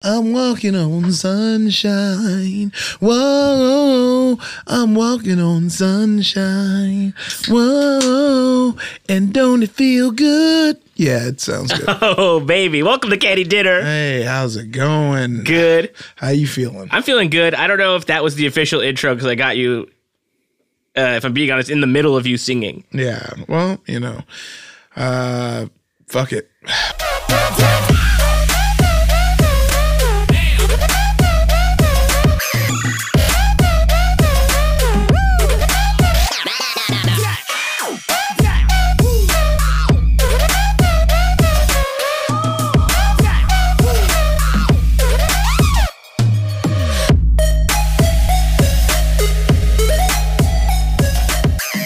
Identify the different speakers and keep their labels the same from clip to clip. Speaker 1: I'm walking on sunshine. Whoa, I'm walking on sunshine. Whoa, and don't it feel good? Yeah, it sounds good.
Speaker 2: Oh, baby. Welcome to Candy Dinner.
Speaker 1: hey, how's it going?
Speaker 2: Good.
Speaker 1: How you feeling?
Speaker 2: I'm feeling good. I don't know if that was the official intro because I got you, uh, if I'm being honest, in the middle of you singing.
Speaker 1: Yeah, well, you know, uh, fuck it.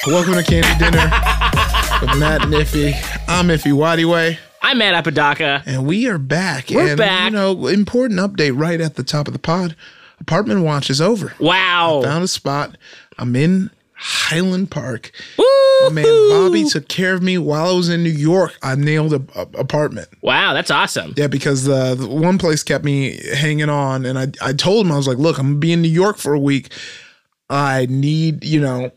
Speaker 1: Welcome to Candy Dinner with Matt and Iffy. I'm Iffy Wadiway.
Speaker 2: I'm Matt Apodaca.
Speaker 1: And we are back.
Speaker 2: We're
Speaker 1: and, You
Speaker 2: back.
Speaker 1: know, important update right at the top of the pod. Apartment watch is over.
Speaker 2: Wow.
Speaker 1: Found a spot. I'm in Highland Park.
Speaker 2: Woo!
Speaker 1: Man, Bobby took care of me while I was in New York. I nailed a, a- apartment.
Speaker 2: Wow, that's awesome.
Speaker 1: Yeah, because the, the one place kept me hanging on, and I I told him I was like, look, I'm gonna be in New York for a week. I need, you know,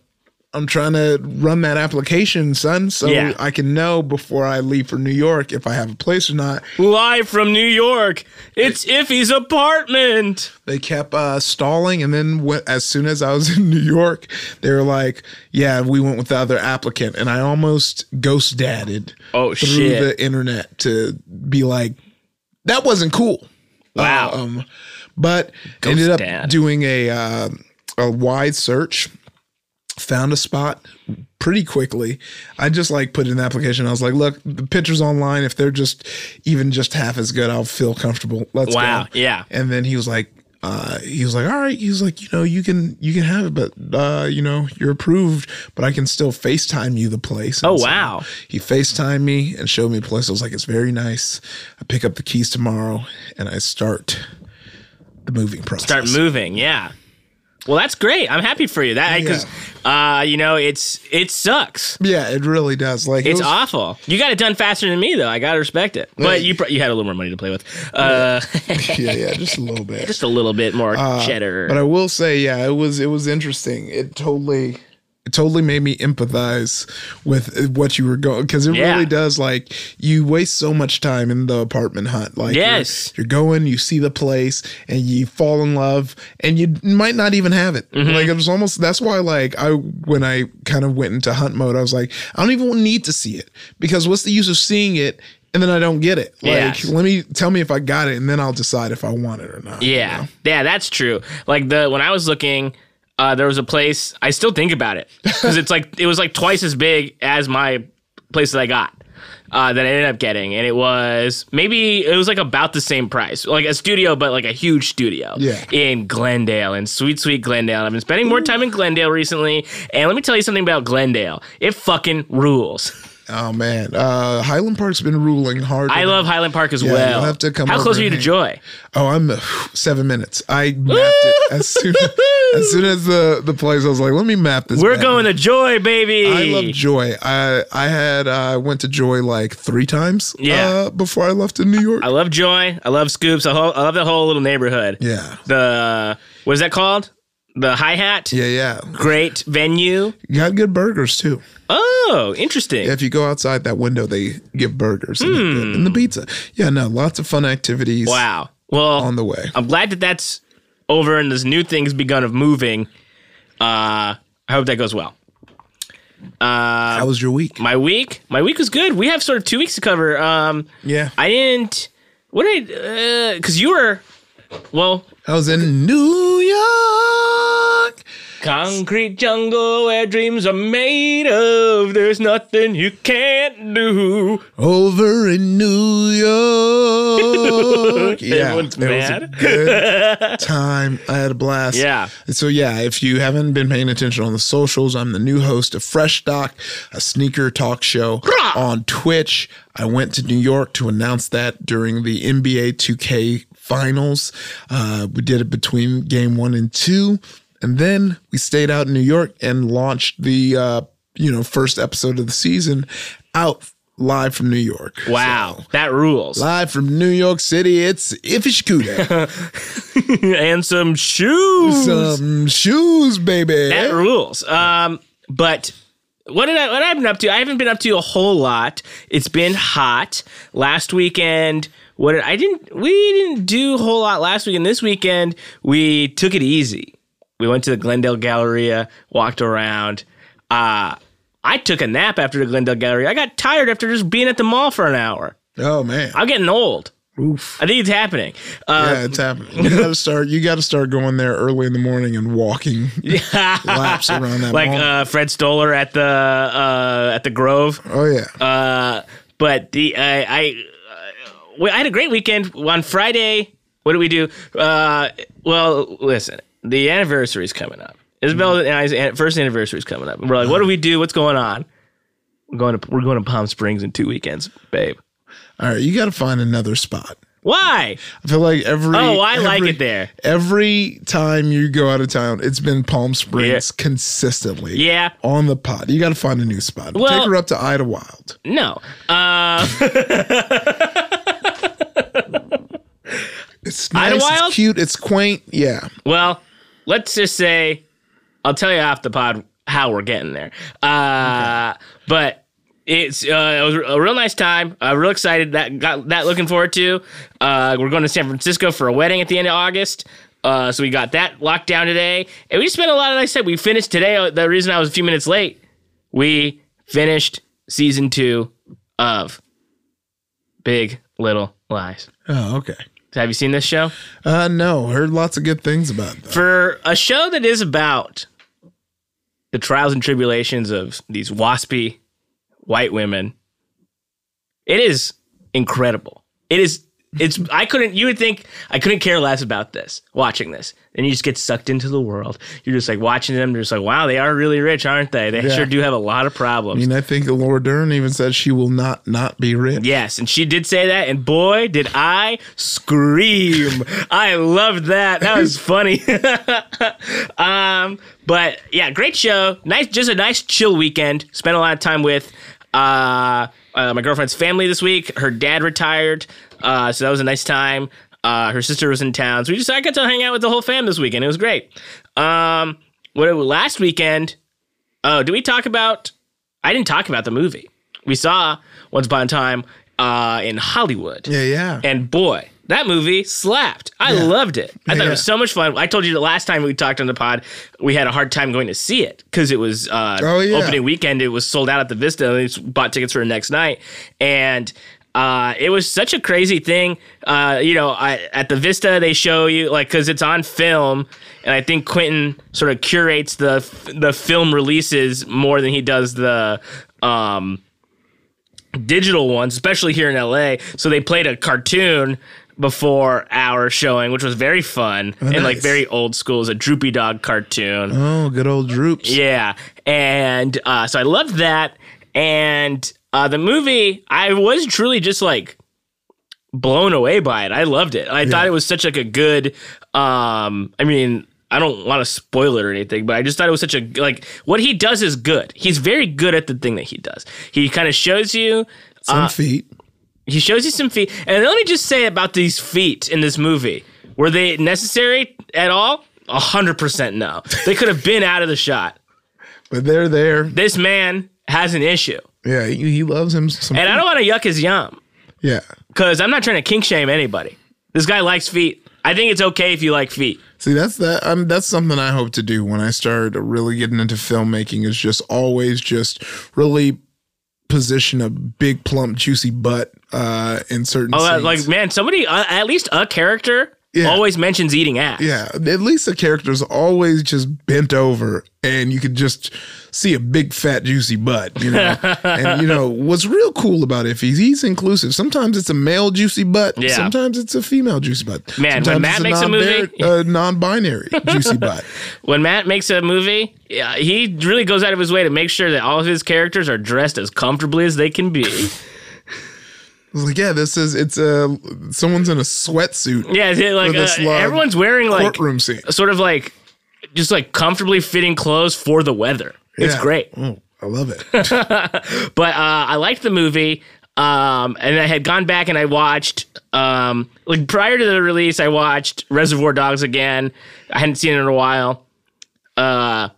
Speaker 1: I'm trying to run that application, son, so
Speaker 2: Yeah.
Speaker 1: I can know before I leave for New York if I have a place or not.
Speaker 2: Live from New York, it's Iffy's apartment.
Speaker 1: they kept uh, stalling and then wh- as soon as i was in new york they were like yeah we went with the other applicant and i almost ghost dadded
Speaker 2: Oh,
Speaker 1: through
Speaker 2: shit.
Speaker 1: the internet to be like that wasn't cool
Speaker 2: Wow.
Speaker 1: um, but
Speaker 2: Ghost
Speaker 1: ended up
Speaker 2: dad.
Speaker 1: doing a uh, a wide search found a spot pretty quickly i just like put in an application i was like look the pictures online if they're just even just half as good i'll feel comfortable let's
Speaker 2: Wow,
Speaker 1: go
Speaker 2: yeah.
Speaker 1: and then he was like uh, he was like, all right. He was like, you know, you can you can have it, but uh, you know, you're approved, but I can still FaceTime you the place. And
Speaker 2: Oh,
Speaker 1: so
Speaker 2: wow.
Speaker 1: He FaceTimed me and showed me the place. I was like, it's very nice. I pick up the keys tomorrow and I start the moving process.
Speaker 2: Start moving, yeah. Well, that's great. I'm happy for you. That because, uh, you know, it's it sucks.
Speaker 1: Yeah, it really does. Like it
Speaker 2: It's
Speaker 1: was-
Speaker 2: awful. You got it done faster than me, though. I gotta respect it. But you pro- you had a little more money to play with, uh,
Speaker 1: Yeah, yeah, just a little bit.
Speaker 2: just a little bit more cheddar.
Speaker 1: Uh, But I will say, yeah, it was it was interesting. It totally it totally made me empathize with what you were going because it
Speaker 2: Yeah.
Speaker 1: really does. Like you waste so much time in the apartment hunt. Like you're-
Speaker 2: Yes.
Speaker 1: you're, going, you see the place, and you fall in love, and you might not even have it.
Speaker 2: Mm-hmm.
Speaker 1: Like it was almost that's why like I when I kind of went into hunt mode, I was like, I don't even need to see it because what's the use of seeing it? And then I don't get it. Like,
Speaker 2: Yes.
Speaker 1: let me tell me if I got it, and then I'll decide if I want it or not. you
Speaker 2: Yeah,
Speaker 1: know?
Speaker 2: yeah, that's true. Like the when I was looking, uh, there was a place. I still think about it because it's like it was like twice as big as my place that I got uh, that I ended up getting, and it was maybe it was like about the same price, like a studio, but like a huge studio.
Speaker 1: Yeah.
Speaker 2: in Glendale, in sweet sweet Glendale. I've been spending more time in Glendale recently, and let me tell you something about Glendale. It fucking rules.
Speaker 1: Oh man, uh, Highland Park's been ruling hard.
Speaker 2: I love Highland Park as
Speaker 1: Yeah,
Speaker 2: well.
Speaker 1: you'll have to come
Speaker 2: How
Speaker 1: over
Speaker 2: close are
Speaker 1: and
Speaker 2: you to
Speaker 1: hang.
Speaker 2: Joy?
Speaker 1: Oh, I'm uh, seven minutes. I mapped it as soon as soon as the the place. I was like, let me map this.
Speaker 2: We're
Speaker 1: bad.
Speaker 2: going to Joy, baby.
Speaker 1: I love Joy. I I had uh, went to Joy like three times.
Speaker 2: Yeah.
Speaker 1: Uh, before I left to New York.
Speaker 2: I love Joy. I love Scoops. I, whole, I love that whole little neighborhood.
Speaker 1: yeah.
Speaker 2: The what is that called? The hi hat.
Speaker 1: Yeah, yeah.
Speaker 2: Great venue.
Speaker 1: You got good burgers too.
Speaker 2: Oh, interesting.
Speaker 1: If you go outside that window, they give burgers and, they're good. and the pizza. Yeah, no, lots of fun activities.
Speaker 2: Hmm. Wow. Well,
Speaker 1: On the way.
Speaker 2: I'm glad that that's over and this new thing's begun of moving. Uh, I hope that goes well.
Speaker 1: How was your week?
Speaker 2: Uh, My week, my week was good. We have sort of two weeks to cover. Um,
Speaker 1: Yeah.
Speaker 2: I didn't. What did I? Because you were. Well,
Speaker 1: I was in New York.
Speaker 2: Concrete jungle where dreams are made of. There's nothing you can't do.
Speaker 1: over in New York.
Speaker 2: Everyone's
Speaker 1: It
Speaker 2: mad.
Speaker 1: was a good time. I had a blast.
Speaker 2: Yeah.
Speaker 1: And so yeah, if you haven't been paying attention on the socials, I'm the new host of Fresh Doc, a sneaker talk show on Twitch. I went to New York to announce that during the NBA 2K finals. Uh, we did it between game one and two. And then we stayed out in New York and launched the uh, you know first episode of the season out live from New York.
Speaker 2: Wow, that rules.
Speaker 1: Live from New York City, it's Ifishikuda.
Speaker 2: and some shoes.
Speaker 1: Some shoes, baby.
Speaker 2: That rules. Um, but what did I what I've been up to? I haven't been up to a whole lot. It's been hot. Last weekend, what did, I didn't we didn't do a whole lot last weekend. This weekend we took it easy. We went to the Glendale Galleria, walked around. Uh, I took a nap after the Glendale Galleria. I got tired after just being at the mall for an hour.
Speaker 1: oh man.
Speaker 2: I'm getting old.
Speaker 1: Oof.
Speaker 2: I think it's happening. Uh,
Speaker 1: Yeah, it's happening. You gotta start you gotta start going there early in the morning and walking laps around that
Speaker 2: like
Speaker 1: mall.
Speaker 2: uh, Fred Stoller at the uh, at the Grove.
Speaker 1: oh yeah.
Speaker 2: Uh, but the uh, I uh, well, I had a great weekend on Friday. What did we do? Uh, well, listen, the anniversary is coming up. Isabella and I's an- first anniversary is coming up. We're like, what do we do? What's going on? We're going to we're going to Palm Springs in two weekends, babe.
Speaker 1: All right, you gotta find another spot.
Speaker 2: Why?
Speaker 1: I feel like every
Speaker 2: Oh, I like
Speaker 1: every-
Speaker 2: it there.
Speaker 1: Every time you go out of town, it's been Palm Springs consistently.
Speaker 2: Yeah.
Speaker 1: On the pot. You gotta find a new spot.
Speaker 2: Well-
Speaker 1: Take her up to Ida Wild.
Speaker 2: No. Uh,
Speaker 1: It's nice, it's
Speaker 2: Wild?
Speaker 1: cute, it's quaint. Yeah.
Speaker 2: well, let's just say I'll tell you off the pod how we're getting there. Uh, But it's uh, it was a real nice time. Uh, real excited that got that looking forward to. Uh, we're going to San Francisco for a wedding at the end of August. Uh, so we got that locked down today, and we spent a lot of nice time. We finished today. Uh, The reason I was a few minutes late, we finished season two of Big Little Lies.
Speaker 1: Oh, okay.
Speaker 2: Have you seen this show?
Speaker 1: Uh no, heard lots of good things about that.
Speaker 2: for a show that is about the trials and tribulations of these waspy white women it is incredible it is it's i couldn't you would think i couldn't care less about this watching this and you just get sucked into the world you're just like watching them you're just like wow they are really rich aren't they they
Speaker 1: Yeah.
Speaker 2: sure do have a lot of
Speaker 1: I
Speaker 2: problems
Speaker 1: mean, I think Laura Dern even said she will not not be rich.
Speaker 2: Yes, and she did say that, and boy, did I scream! I loved that. That was funny. um, but yeah, great show. Nice, just a nice chill weekend. Spent a lot of time with uh, uh, my girlfriend's family this week. Her dad retired, uh, so that was a nice time. Uh, her sister was in town, so we just I got to hang out with the whole fam this weekend. It was great. Um, what last weekend? Oh, did we talk about? I didn't talk about the movie. We saw Once Upon a Time uh, in Hollywood.
Speaker 1: Yeah, yeah.
Speaker 2: And boy, that movie slapped. I loved it. I
Speaker 1: Yeah,
Speaker 2: thought it
Speaker 1: yeah.
Speaker 2: was so much fun. I told you the last time we talked on the pod, we had a hard time going to see it because it was uh,
Speaker 1: Oh, yeah.
Speaker 2: opening weekend. It was sold out at the Vista. And they s- bought tickets for the next night. And uh, it was such a crazy thing. Uh, you know, I, at the Vista, they show you, like, because it's on film. And I think Quentin sort of curates the, f- the film releases more than he does the. Um, digital ones, especially here in LA. So they played a cartoon before our showing, which was very fun and like
Speaker 1: nice.
Speaker 2: very old school. It was a droopy dog cartoon.
Speaker 1: oh, good old droops.
Speaker 2: Yeah. And uh, so I loved that. And uh, the movie, I was truly just like blown away by it. I loved it. I thought it was such like a good um I mean, I don't want to spoil it or anything, but I just thought it was such a like what he does is good. He's very good at the thing that he does. He kind of shows you
Speaker 1: Some
Speaker 2: Uh,
Speaker 1: feet.
Speaker 2: he shows you some feet. And let me just say about these feet in this movie. Were they necessary at all? A hundred percent no. They could have been out of the shot.
Speaker 1: But they're there.
Speaker 2: This man has an issue.
Speaker 1: Yeah, he, he loves him. Some
Speaker 2: And I don't want to yuck his yum.
Speaker 1: yeah.
Speaker 2: Cause I'm not trying to kink shame anybody. This guy likes feet. I think it's okay if you like feet.
Speaker 1: See, that's that. Um, that's something I hope to do when I start really getting into filmmaking. Is just always just really position a big, plump, juicy butt uh, in certain.
Speaker 2: Oh, uh,
Speaker 1: scenes.
Speaker 2: like man, somebody uh, at least a character
Speaker 1: Yeah.
Speaker 2: always mentions eating ass.
Speaker 1: Yeah, at least the character's always just bent over and you could just see a big fat juicy butt, you know. and you know, what's real cool about Iffy, is he's inclusive. Sometimes it's a male juicy butt,
Speaker 2: Yeah.
Speaker 1: sometimes it's a female juicy butt.
Speaker 2: Man, when
Speaker 1: sometimes
Speaker 2: Matt
Speaker 1: it's
Speaker 2: makes a movie-
Speaker 1: non-bar- uh, non-binary juicy butt.
Speaker 2: When Matt makes a movie, yeah, he really goes out of his way to make sure that all of his characters are dressed as comfortably as they can be.
Speaker 1: It's like, yeah, this is it's a someone's in a sweatsuit
Speaker 2: Yeah, they- like
Speaker 1: for this
Speaker 2: uh,
Speaker 1: live
Speaker 2: everyone's wearing like
Speaker 1: courtroom scene.
Speaker 2: sort of like just like comfortably fitting clothes for the weather. It's
Speaker 1: Yeah.
Speaker 2: great.
Speaker 1: Oh, I love it.
Speaker 2: But uh, I liked the movie. Um, and I had gone back and I watched, um, like prior to the release, I watched Reservoir Dogs again. I hadn't seen it in a while. Uh,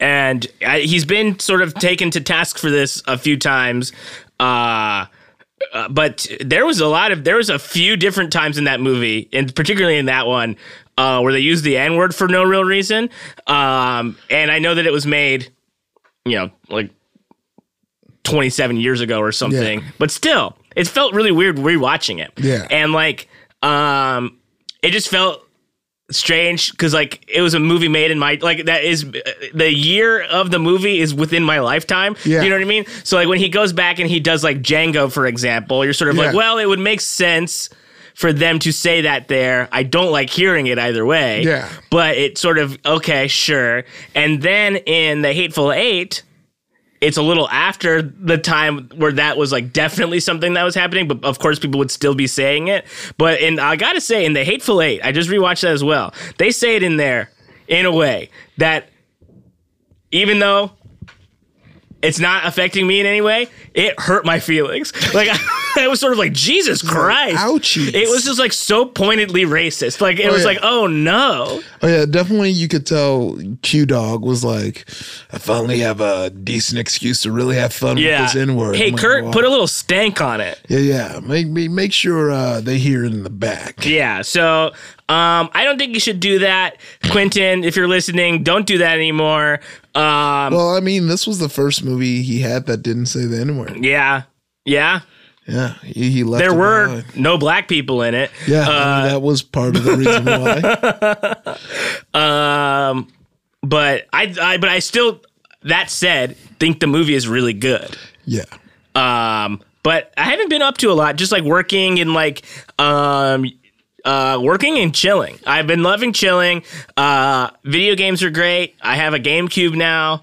Speaker 2: and I, he's been sort of taken to task for this a few times. Uh, uh, but there was a lot of there was a few different times in that movie, and particularly in that one, uh, where they used the N word for no real reason. Um, and I know that it was made, you know, like 27 years ago or something.
Speaker 1: Yeah.
Speaker 2: But still, it felt really weird rewatching it.
Speaker 1: Yeah.
Speaker 2: and like, um, it just felt strange because like it was a movie made in my like that is the year of the movie is within my lifetime
Speaker 1: Yeah.
Speaker 2: you know what i mean so like when he goes back and he does like django for example you're sort of like
Speaker 1: Yeah.
Speaker 2: well it would make sense for them to say that there i don't like hearing it either way
Speaker 1: Yeah.
Speaker 2: but it sort of okay sure and then in the hateful eight it's a little after the time where that was like definitely something that was happening, but of course people would still be saying it. But in I gotta say, in the Hateful Eight, I just rewatched that as well. They say it in there in a way that even though it's not affecting me in any way, it hurt my feelings. Like I, was sort of like Jesus Christ,
Speaker 1: ouchies.
Speaker 2: It was just like so pointedly racist. Like it
Speaker 1: Oh,
Speaker 2: was
Speaker 1: yeah.
Speaker 2: like, oh no,
Speaker 1: Oh yeah, definitely. You could tell Q Dog was like, "I finally have a decent excuse to really have fun
Speaker 2: yeah.
Speaker 1: with this N word."
Speaker 2: Hey Kurt, put a little stank on it.
Speaker 1: yeah, yeah. Make me make sure uh, they hear it in the back.
Speaker 2: Yeah. So um, I don't think you should do that, Quentin. If you're listening, don't do that anymore. Um,
Speaker 1: Well, I mean, this was the first movie he had that didn't say the N word.
Speaker 2: yeah. Yeah.
Speaker 1: Yeah, he, he left.
Speaker 2: There
Speaker 1: it
Speaker 2: were uh,
Speaker 1: behind.
Speaker 2: no black people in it.
Speaker 1: Yeah, I mean, that was part of the reason why.
Speaker 2: Um, but I, I, but I still, that said, think the movie is really good.
Speaker 1: Yeah,
Speaker 2: Um, but I haven't been up to a lot, just like working and like um uh working and chilling. I've been loving chilling. Uh video games are great. I have a GameCube now.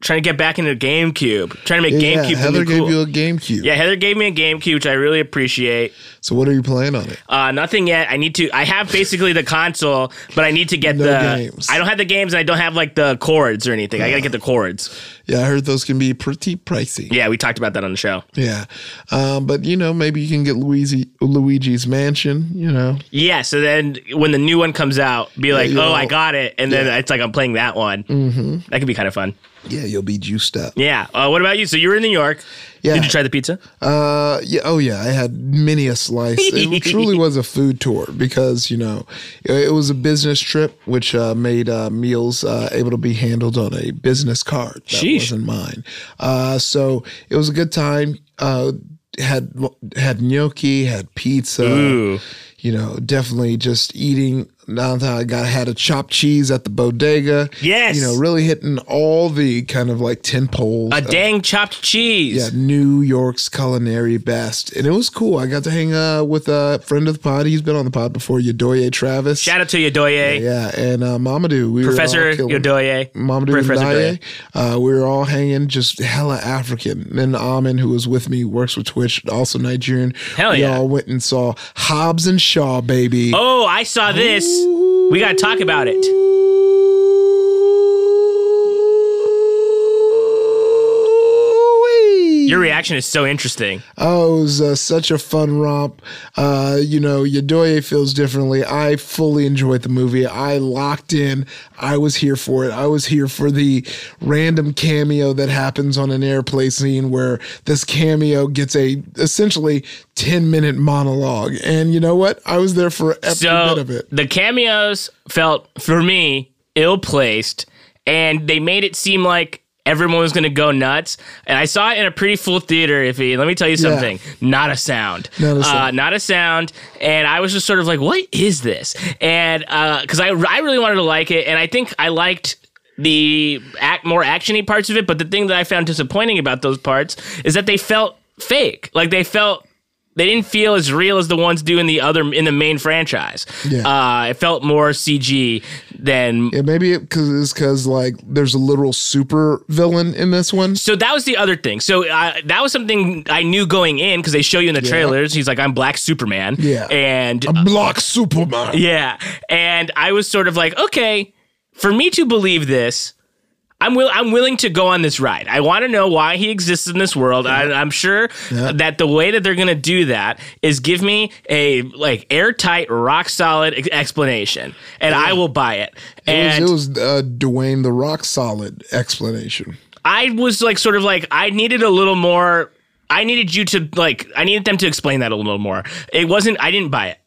Speaker 2: Trying to get back into GameCube. Trying to make
Speaker 1: yeah.
Speaker 2: GameCube the
Speaker 1: Heather
Speaker 2: new
Speaker 1: gave
Speaker 2: cool.
Speaker 1: you a GameCube.
Speaker 2: yeah, Heather gave me a GameCube, which I really appreciate.
Speaker 1: So what are you playing on it?
Speaker 2: Uh, nothing yet. I need to. I have basically the console, but I need to get
Speaker 1: No
Speaker 2: the.
Speaker 1: games.
Speaker 2: I don't have the games, and I don't have like the cords or anything. I gotta get the cords.
Speaker 1: Yeah, I heard those can be pretty pricey.
Speaker 2: Yeah, we talked about that on the show.
Speaker 1: Yeah, um, but you know, maybe you can get Luigi Luigi's Mansion. You know,
Speaker 2: Yeah, so then when the new one comes out, be like,
Speaker 1: you
Speaker 2: oh,
Speaker 1: know.
Speaker 2: I got it. And then it's like, I'm playing that one. Mm-hmm. That could be kind of fun.
Speaker 1: yeah, you'll be juiced up.
Speaker 2: Yeah. Uh, what about you? So you were in New York.
Speaker 1: Yeah.
Speaker 2: Did you try the pizza?
Speaker 1: Uh, yeah. Oh, yeah. I had many a slice. It truly was a food tour because you know it, it was a business trip, which uh, made uh, meals uh, able to be handled on a business card. That
Speaker 2: Sheesh.
Speaker 1: wasn't mine. Uh, so it was a good time. Uh, had had gnocchi, had pizza. You know, definitely just eating. Now that I got had a chopped cheese at the bodega.
Speaker 2: Yes.
Speaker 1: You know, really hitting all the kind of like ten poles.
Speaker 2: A dang chopped cheese.
Speaker 1: Uh, Yeah, New York's culinary best. And it was cool. I got to hang uh, with a friend of the pod. He's been on the pod before, Yodoye Travis.
Speaker 2: Shout out to Yodoye,
Speaker 1: yeah, and uh, Mamadou. We were
Speaker 2: Professor
Speaker 1: all killing-
Speaker 2: Yodoye.
Speaker 1: Mamadou
Speaker 2: Professor
Speaker 1: Ndiaye. Uh, we were all hanging just hella African. Then Amin, who was with me, works with Twitch, also Nigerian.
Speaker 2: Hell
Speaker 1: we
Speaker 2: yeah.
Speaker 1: all went and saw Hobbs and Shaw, baby.
Speaker 2: Oh, I saw this. We got to talk about it.
Speaker 1: Ooh-wee.
Speaker 2: Your reaction is so interesting.
Speaker 1: Oh, it was uh, such a fun romp. Uh, you know, Yadoye feels differently. I fully enjoyed the movie. I locked in. I was here for it. I was here for the random cameo that happens on an airplane scene where this cameo gets a essentially 10 minute monologue. And you know what? I was there for every
Speaker 2: So
Speaker 1: bit of it.
Speaker 2: the cameos felt for me ill placed, and they made it seem like everyone was going to go nuts. And I saw it in a pretty full theater. Iffy, let me tell you something: not a sound,
Speaker 1: Not a
Speaker 2: Uh,
Speaker 1: sound.
Speaker 2: not a sound. And I was just sort of like, "What is this?" And because I, I really wanted to like it, and I think I liked the act more actiony parts of it. But the thing that I found disappointing about those parts is that they felt fake. Like they felt they didn't feel as real as the ones do in the other in the main franchise.
Speaker 1: Yeah.
Speaker 2: Uh, it felt more CG than.
Speaker 1: Yeah, maybe it cause it's because like there's a literal super villain in this one.
Speaker 2: So that was the other thing. So uh, that was something I knew going in because they show you in the trailers. He's like, "I'm Black Superman."
Speaker 1: Yeah.
Speaker 2: and
Speaker 1: Block Superman.
Speaker 2: yeah, and I was sort of like, okay, for me to believe this, I'm will I'm willing to go on this ride. I want to know why he exists in this world. I, I'm sure that the way that they're gonna do that is give me a like airtight, rock solid ex- explanation, and I will buy it. And
Speaker 1: it was, it was uh, Dwayne the Rock Solid explanation.
Speaker 2: I was like, sort of like, I needed a little more. I needed you to like. I needed them to explain that a little more. It wasn't. I didn't buy it.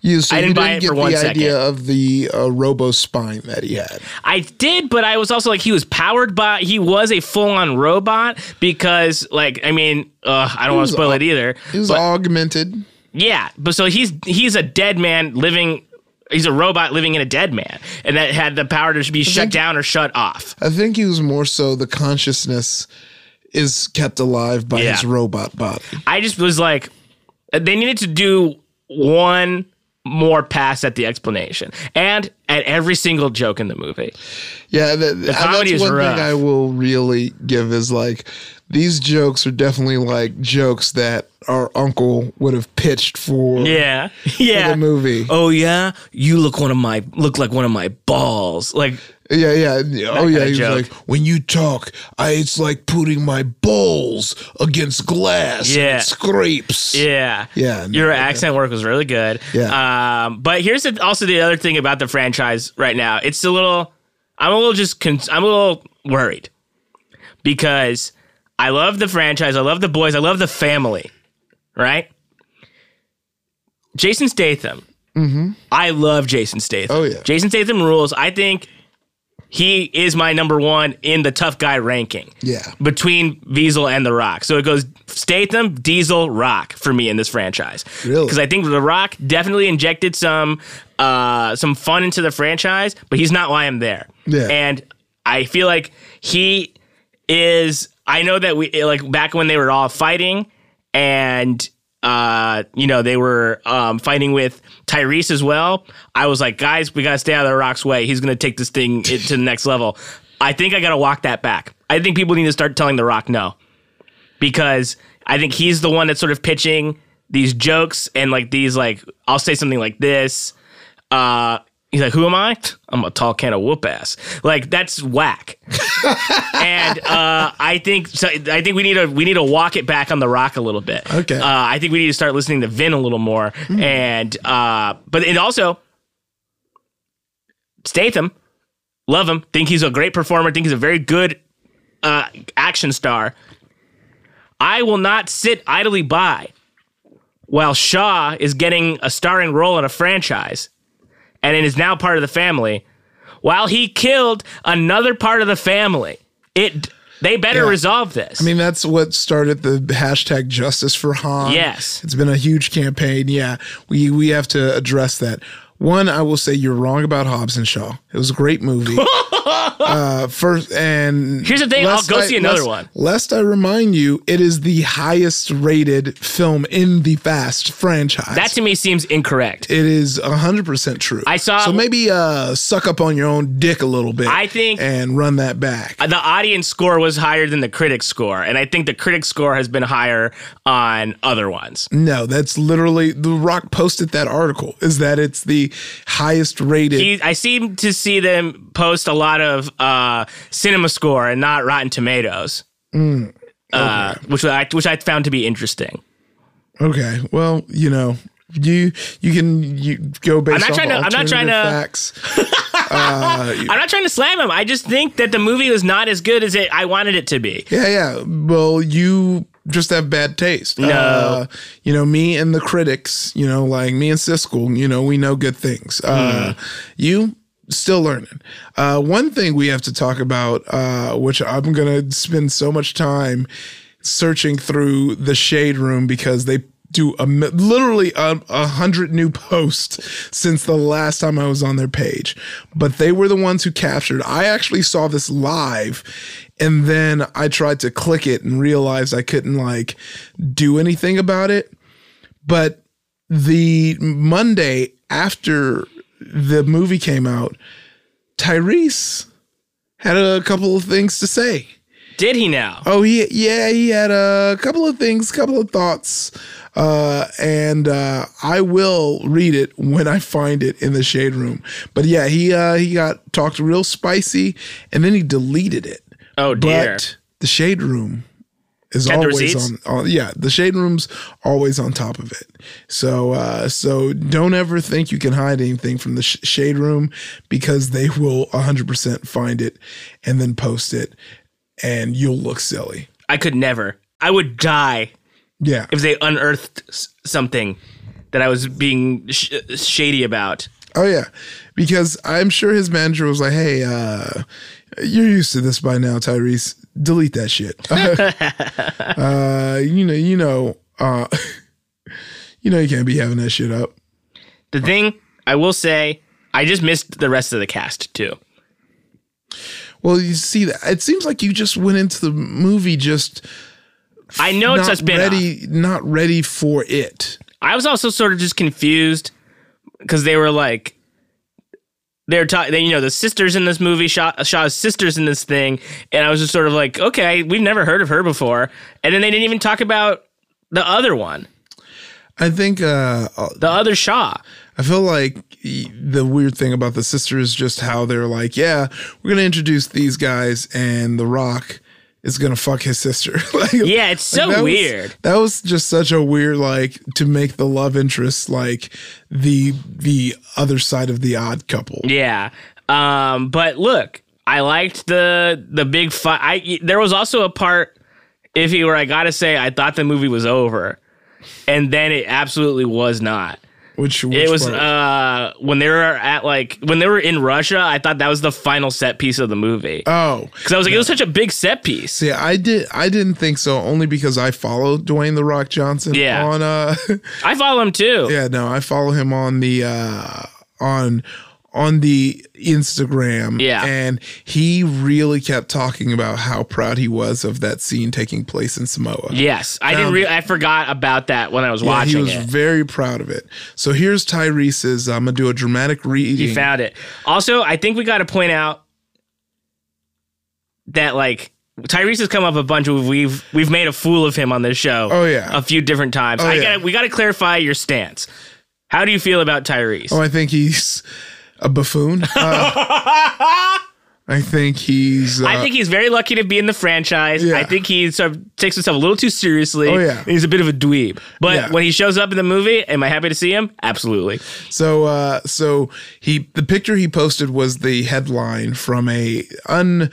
Speaker 1: You, so
Speaker 2: I
Speaker 1: you
Speaker 2: didn't buy it
Speaker 1: get
Speaker 2: for
Speaker 1: the
Speaker 2: one
Speaker 1: idea of the uh, robo spine that he had.
Speaker 2: I did, but I was also like, he was powered by, he was a full on robot because, like, I mean, uh, I don't want
Speaker 1: was
Speaker 2: to spoil
Speaker 1: au-
Speaker 2: it either.
Speaker 1: He was augmented.
Speaker 2: Yeah, but so he's he's a dead man living. He's a robot living in a dead man, and that had the power to be shut down or shut off.
Speaker 1: I think he was more so the consciousness is kept alive by
Speaker 2: Yeah.
Speaker 1: his robot body.
Speaker 2: I just was like, they needed to do one more pass at the explanation and at every single joke in the movie.
Speaker 1: Yeah, that, the
Speaker 2: comedy
Speaker 1: that's
Speaker 2: is
Speaker 1: one
Speaker 2: rough.
Speaker 1: thing I will really give is like these jokes are definitely like jokes that our uncle would have pitched for
Speaker 2: Yeah, yeah.
Speaker 1: the movie.
Speaker 2: Oh yeah, you look one of my look like one of my balls. Like
Speaker 1: Yeah, yeah. yeah. Oh, yeah.
Speaker 2: kinda
Speaker 1: He was
Speaker 2: joke.
Speaker 1: like, when you talk, I, it's like putting my balls against glass. and
Speaker 2: Yeah.
Speaker 1: it scrapes.
Speaker 2: Yeah.
Speaker 1: Yeah, no,
Speaker 2: Your accent work was really good.
Speaker 1: Yeah.
Speaker 2: Um, but here's the, also the other thing about the franchise right now. It's a little, I'm a little just, con- I'm a little worried because I love the franchise. I love the boys. I love the family, right? Jason Statham. Mm-hmm. I love Jason Statham.
Speaker 1: Oh, yeah.
Speaker 2: Jason Statham rules. I think he is my number one in the tough guy ranking
Speaker 1: Yeah.
Speaker 2: between Diesel and The Rock. So it goes Statham, Diesel, Rock for me in this franchise.
Speaker 1: Really?
Speaker 2: Because I think The Rock definitely injected some uh, some fun into the franchise, but he's not why I'm there.
Speaker 1: Yeah.
Speaker 2: And I feel like he is. I know that we like back when they were all fighting and. Uh, you know, they were um fighting with Tyrese as well. I was like, guys, we gotta stay out of the Rock's way. He's gonna take this thing it- to the next level. I think I gotta walk that back. I think people need to start telling the Rock no, because I think he's the one that's sort of pitching these jokes and like these like I'll say something like this. Uh, he's like, "Who am I? I'm a tall can of whoop ass." Like that's whack. and uh, I think so. I think we need to we need to walk it back on the Rock a little bit.
Speaker 1: Okay.
Speaker 2: Uh, I think we need to start listening to Vin a little more. And uh, but it also Statham, love him. Think he's a great performer. Think he's a very good uh, action star. I will not sit idly by while Shaw is getting a starring role in a franchise and it is now part of the family while he killed another part of the family. It they better
Speaker 1: Yeah.
Speaker 2: resolve this.
Speaker 1: I mean, that's what started the hashtag justice for Han.
Speaker 2: Yes.
Speaker 1: It's been a huge campaign. Yeah. We we have to address that. One, I will say you're wrong about Hobbs and Shaw. It was a great movie. uh, first and
Speaker 2: Here's the thing, I'll
Speaker 1: lest
Speaker 2: go see another
Speaker 1: lest-
Speaker 2: one.
Speaker 1: Lest I remind you, it is the highest rated film in the Fast franchise.
Speaker 2: that to me seems incorrect.
Speaker 1: it is hundred percent true.
Speaker 2: I saw-
Speaker 1: So maybe uh, suck up on your own dick a little bit.
Speaker 2: I think-
Speaker 1: and run that back.
Speaker 2: Uh, the audience score was higher than the critic score, and I think the critic score has been higher on other ones.
Speaker 1: No, that's literally The Rock posted that article. Is that it's the highest rated?
Speaker 2: He- I seem to see them post a lot of uh, Cinema Score and not Rotten Tomatoes,
Speaker 1: Mm,
Speaker 2: uh, which I which I found to be interesting.
Speaker 1: okay, well, you know, you you can you go based.
Speaker 2: not
Speaker 1: off
Speaker 2: trying to- I'm not trying to-
Speaker 1: alternative Facts.
Speaker 2: I'm not trying to slam him. I just think that the movie was not as good as it I wanted it to be.
Speaker 1: Yeah, yeah. Well, you just have bad taste. No, you know me and the critics. You know, like me and Siskel. You know, we know good things. Uh,
Speaker 2: Hmm.
Speaker 1: You still learning. Uh, one thing we have to talk about, uh, which I'm gonna spend so much time searching through the shade room because they do a, mi- literally a, a hundred new posts since the last time I was on their page. But they were the ones who captured. I actually saw this live and then I tried to click it and realized I couldn't like do anything about it. But the Monday after the movie came out, Tyrese had a couple of things to say.
Speaker 2: Did he now?
Speaker 1: Oh, he yeah, he had a couple of things, couple of thoughts Uh, and uh, I will read it when I find it in the shade room. But yeah, he uh, he got talked real spicy, and then he deleted it.
Speaker 2: Oh dear.
Speaker 1: But the shade room is
Speaker 2: Get the
Speaker 1: always on,
Speaker 2: receipts?
Speaker 1: on. Yeah, the shade room's always on top of it. So uh, so don't ever think you can hide anything from the sh- shade room because they will 100% find it and then post it, and you'll look silly.
Speaker 2: I could never. I would die
Speaker 1: Yeah.
Speaker 2: if they unearthed s- something that I was being sh- shady about.
Speaker 1: Oh yeah, because I'm sure his manager was like, "Hey, uh, you're used to this by now, Tyrese. Delete that shit. uh, you know, you know, uh, you know, you can't be having that shit up.
Speaker 2: The thing I will say, I just missed the rest of the cast too.
Speaker 1: Well, you see that it seems like you just went into the movie just
Speaker 2: I know it's a
Speaker 1: not
Speaker 2: spin
Speaker 1: ready, not ready for it.
Speaker 2: I was also sort of just confused because they were like, they're talking, they, you know, the sisters in this movie, Shaw, Shaw's sisters in this thing. And I was just sort of like, okay, we've never heard of her before. And then they didn't even talk about the other one,
Speaker 1: I think uh,
Speaker 2: the other Shaw.
Speaker 1: I feel like the weird thing about the sister is just how they're like, yeah, we're gonna introduce these guys, and The Rock is gonna fuck his sister. like,
Speaker 2: Yeah, it's so
Speaker 1: like, that was-
Speaker 2: weird.
Speaker 1: that was just such a weird like to make the love interest like the the other side of the odd couple.
Speaker 2: Yeah. Um, but look, I liked the the big fight. I there was also a part, if you were, I gotta say, I thought the movie was over, and then it absolutely was not.
Speaker 1: Which, which
Speaker 2: it was
Speaker 1: part?
Speaker 2: uh when they were at like when they were in Russia. I thought that was the final set piece of the movie
Speaker 1: oh.
Speaker 2: because I was like, it was such a big set piece.
Speaker 1: See, I did. I didn't think so, only because I follow Dwayne the Rock Johnson
Speaker 2: Yeah.
Speaker 1: on uh,
Speaker 2: I follow him too.
Speaker 1: Yeah, no, I follow him on the uh on on the Instagram.
Speaker 2: Yeah.
Speaker 1: And he really kept talking about how proud he was of that scene taking place in Samoa.
Speaker 2: Yes, I didn't. Re- I forgot about that when I was
Speaker 1: Um, Yeah, he
Speaker 2: watching
Speaker 1: was
Speaker 2: it.
Speaker 1: very proud of it. So here's Tyrese's. uh, I'm gonna do a dramatic reading.
Speaker 2: You found it. Also, I think we got to point out that like Tyrese has come up a bunch. Of, we've we've made a fool of him on this show.
Speaker 1: Oh, yeah. Oh,
Speaker 2: a few different times. I
Speaker 1: yeah.
Speaker 2: gotta, we got to clarify your stance. How do you feel about Tyrese?
Speaker 1: oh, I think he's a buffoon. Uh, I think he's. Uh,
Speaker 2: I think he's very lucky to be in the franchise.
Speaker 1: Yeah.
Speaker 2: I think he sort of takes himself a little too seriously.
Speaker 1: Oh, yeah.
Speaker 2: And he's a bit of a dweeb. But
Speaker 1: Yeah.
Speaker 2: when he shows up in the movie, am I happy to see him? Absolutely.
Speaker 1: So uh so he the picture he posted was the headline from a un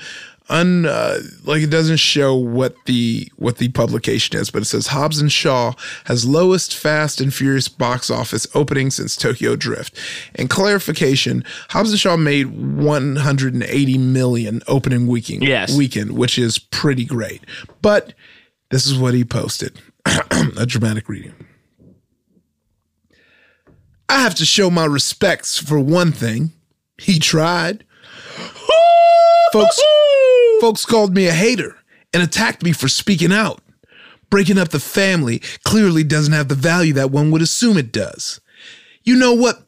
Speaker 1: un uh, like it doesn't show what the what the publication is but it says Hobbs and Shaw has lowest fast and furious box office opening since Tokyo Drift. And clarification, Hobbs and Shaw made 180 million opening weekend
Speaker 2: Yes.
Speaker 1: weekend which is pretty great. But this is what he posted. a dramatic reading. I have to show my respects for one thing. He tried. folks, folks called me a hater and attacked me for speaking out. Breaking up the family clearly doesn't have the value that one would assume it does. You know what?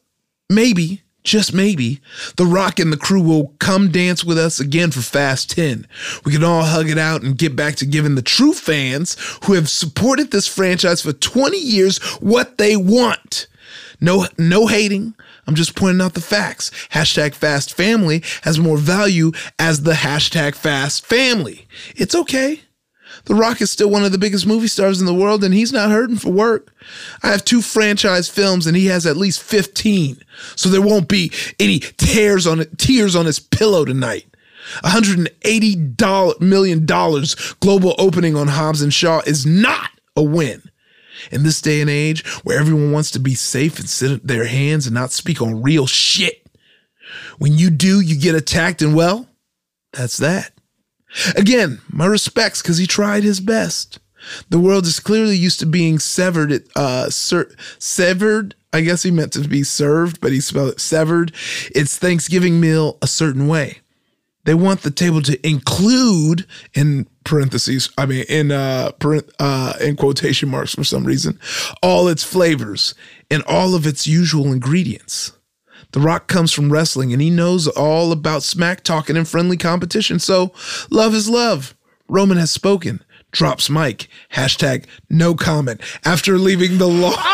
Speaker 1: Maybe, just maybe, The Rock and the crew will come dance with us again for Fast 10. We can all hug it out and get back to giving the true fans who have supported this franchise for 20 years what they want. No, no hating. I'm just pointing out the facts. Hashtag fast family has more value as the hashtag fast family. It's okay. The Rock is still one of the biggest movie stars in the world, and he's not hurting for work. I have two franchise films, and he has at least 15, so there won't be any tears on tears on his pillow tonight. $180 million global opening on Hobbs and Shaw is not a win. In this day and age where everyone wants to be safe and sit at their hands and not speak on real shit, when you do, you get attacked, and well, that's that. Again, my respects because he tried his best. The world is clearly used to being severed. At, uh, ser- severed. I guess he meant to be served, but he spelled it severed. It's Thanksgiving meal a certain way. They want the table to include in parentheses. I mean, in uh, parent, uh, in quotation marks for some reason, all its flavors and all of its usual ingredients. The Rock comes from wrestling and he knows all about smack talking and friendly competition. So, love is love. Roman has spoken. drops mic. Hashtag no comment. After leaving the longest.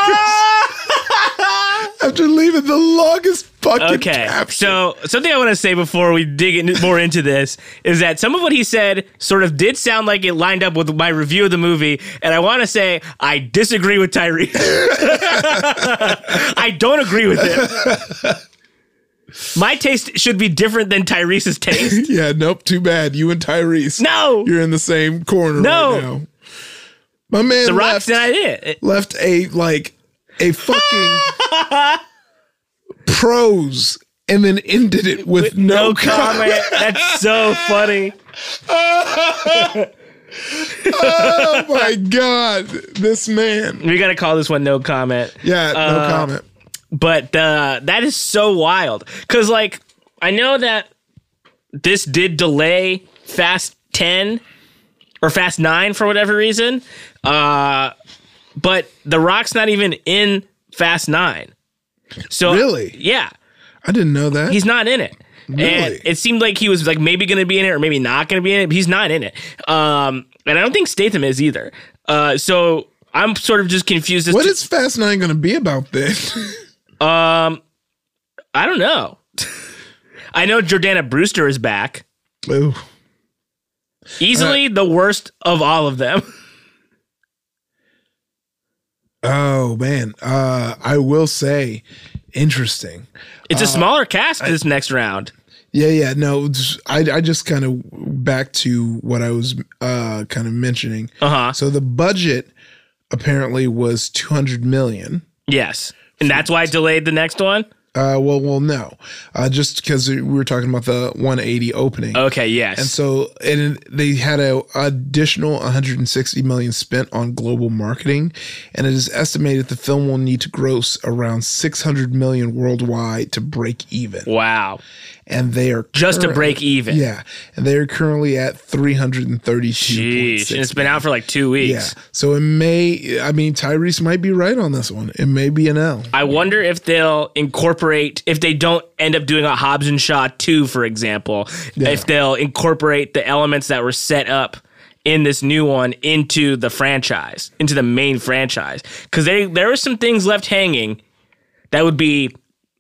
Speaker 1: after leaving the longest fucking
Speaker 2: Ah! Okay.
Speaker 1: caption.
Speaker 2: So something I want to say before we dig in more into this is that some of what he said sort of did sound like it lined up with my review of the movie, and I want to say I disagree with Tyree. I don't agree with it. My taste should be different than Tyrese's taste.
Speaker 1: yeah, nope. Too bad. You and Tyrese.
Speaker 2: No,
Speaker 1: You're in the same corner
Speaker 2: No.
Speaker 1: right now. My man
Speaker 2: The Rock
Speaker 1: left,
Speaker 2: said I did.
Speaker 1: left a like a fucking prose and then ended it with, no,
Speaker 2: No
Speaker 1: comment.
Speaker 2: comment. That's so funny.
Speaker 1: Oh my god. This man.
Speaker 2: We gotta call this one no comment.
Speaker 1: Yeah, no
Speaker 2: Uh,
Speaker 1: comment.
Speaker 2: but uh, that is so wild because like i know that this did delay fast 10 or fast 9 for whatever reason uh, but the rock's not even in fast 9 so
Speaker 1: Really?
Speaker 2: yeah
Speaker 1: I didn't know that.
Speaker 2: he's not in it and
Speaker 1: Really?
Speaker 2: it seemed like he was like maybe gonna be in it or maybe not gonna be in it but he's not in it um, and i don't think statham is either uh, so i'm sort of just confused as
Speaker 1: what
Speaker 2: to
Speaker 1: is Fast Nine gonna be about then?
Speaker 2: um, I don't know. I know Jordana Brewster is back.
Speaker 1: Ooh.
Speaker 2: Easily
Speaker 1: Uh,
Speaker 2: the worst of all of them.
Speaker 1: Oh man. Uh I will say interesting.
Speaker 2: It's
Speaker 1: uh,
Speaker 2: a smaller cast for this next round.
Speaker 1: Yeah, yeah. No, it's- I I just kind of back to what I was uh kind of mentioning.
Speaker 2: Uh huh.
Speaker 1: So the budget apparently was 200 million.
Speaker 2: Yes. And that's why I delayed the next one?
Speaker 1: Uh, well, well, no, uh, just because we were talking about the 180 opening.
Speaker 2: Okay, yes.
Speaker 1: And so, and it- they had a additional 160 million spent on global marketing, and it is estimated the film will need to gross around 600 million worldwide to break even.
Speaker 2: wow.
Speaker 1: And they are
Speaker 2: Just to
Speaker 1: current-
Speaker 2: break even.
Speaker 1: Yeah, and they are currently at 332.
Speaker 2: Jeez. And it's been out for like two
Speaker 1: Yeah,
Speaker 2: weeks.
Speaker 1: so it may. I mean, Tyrese might be right on this one. It may be an L.
Speaker 2: I wonder if they'll incorporate, if they don't end up doing a Hobbs and Shaw 2, for example, if they'll incorporate the elements that were set up in this new one into the franchise, into the main franchise. Because there were some things left hanging that would be,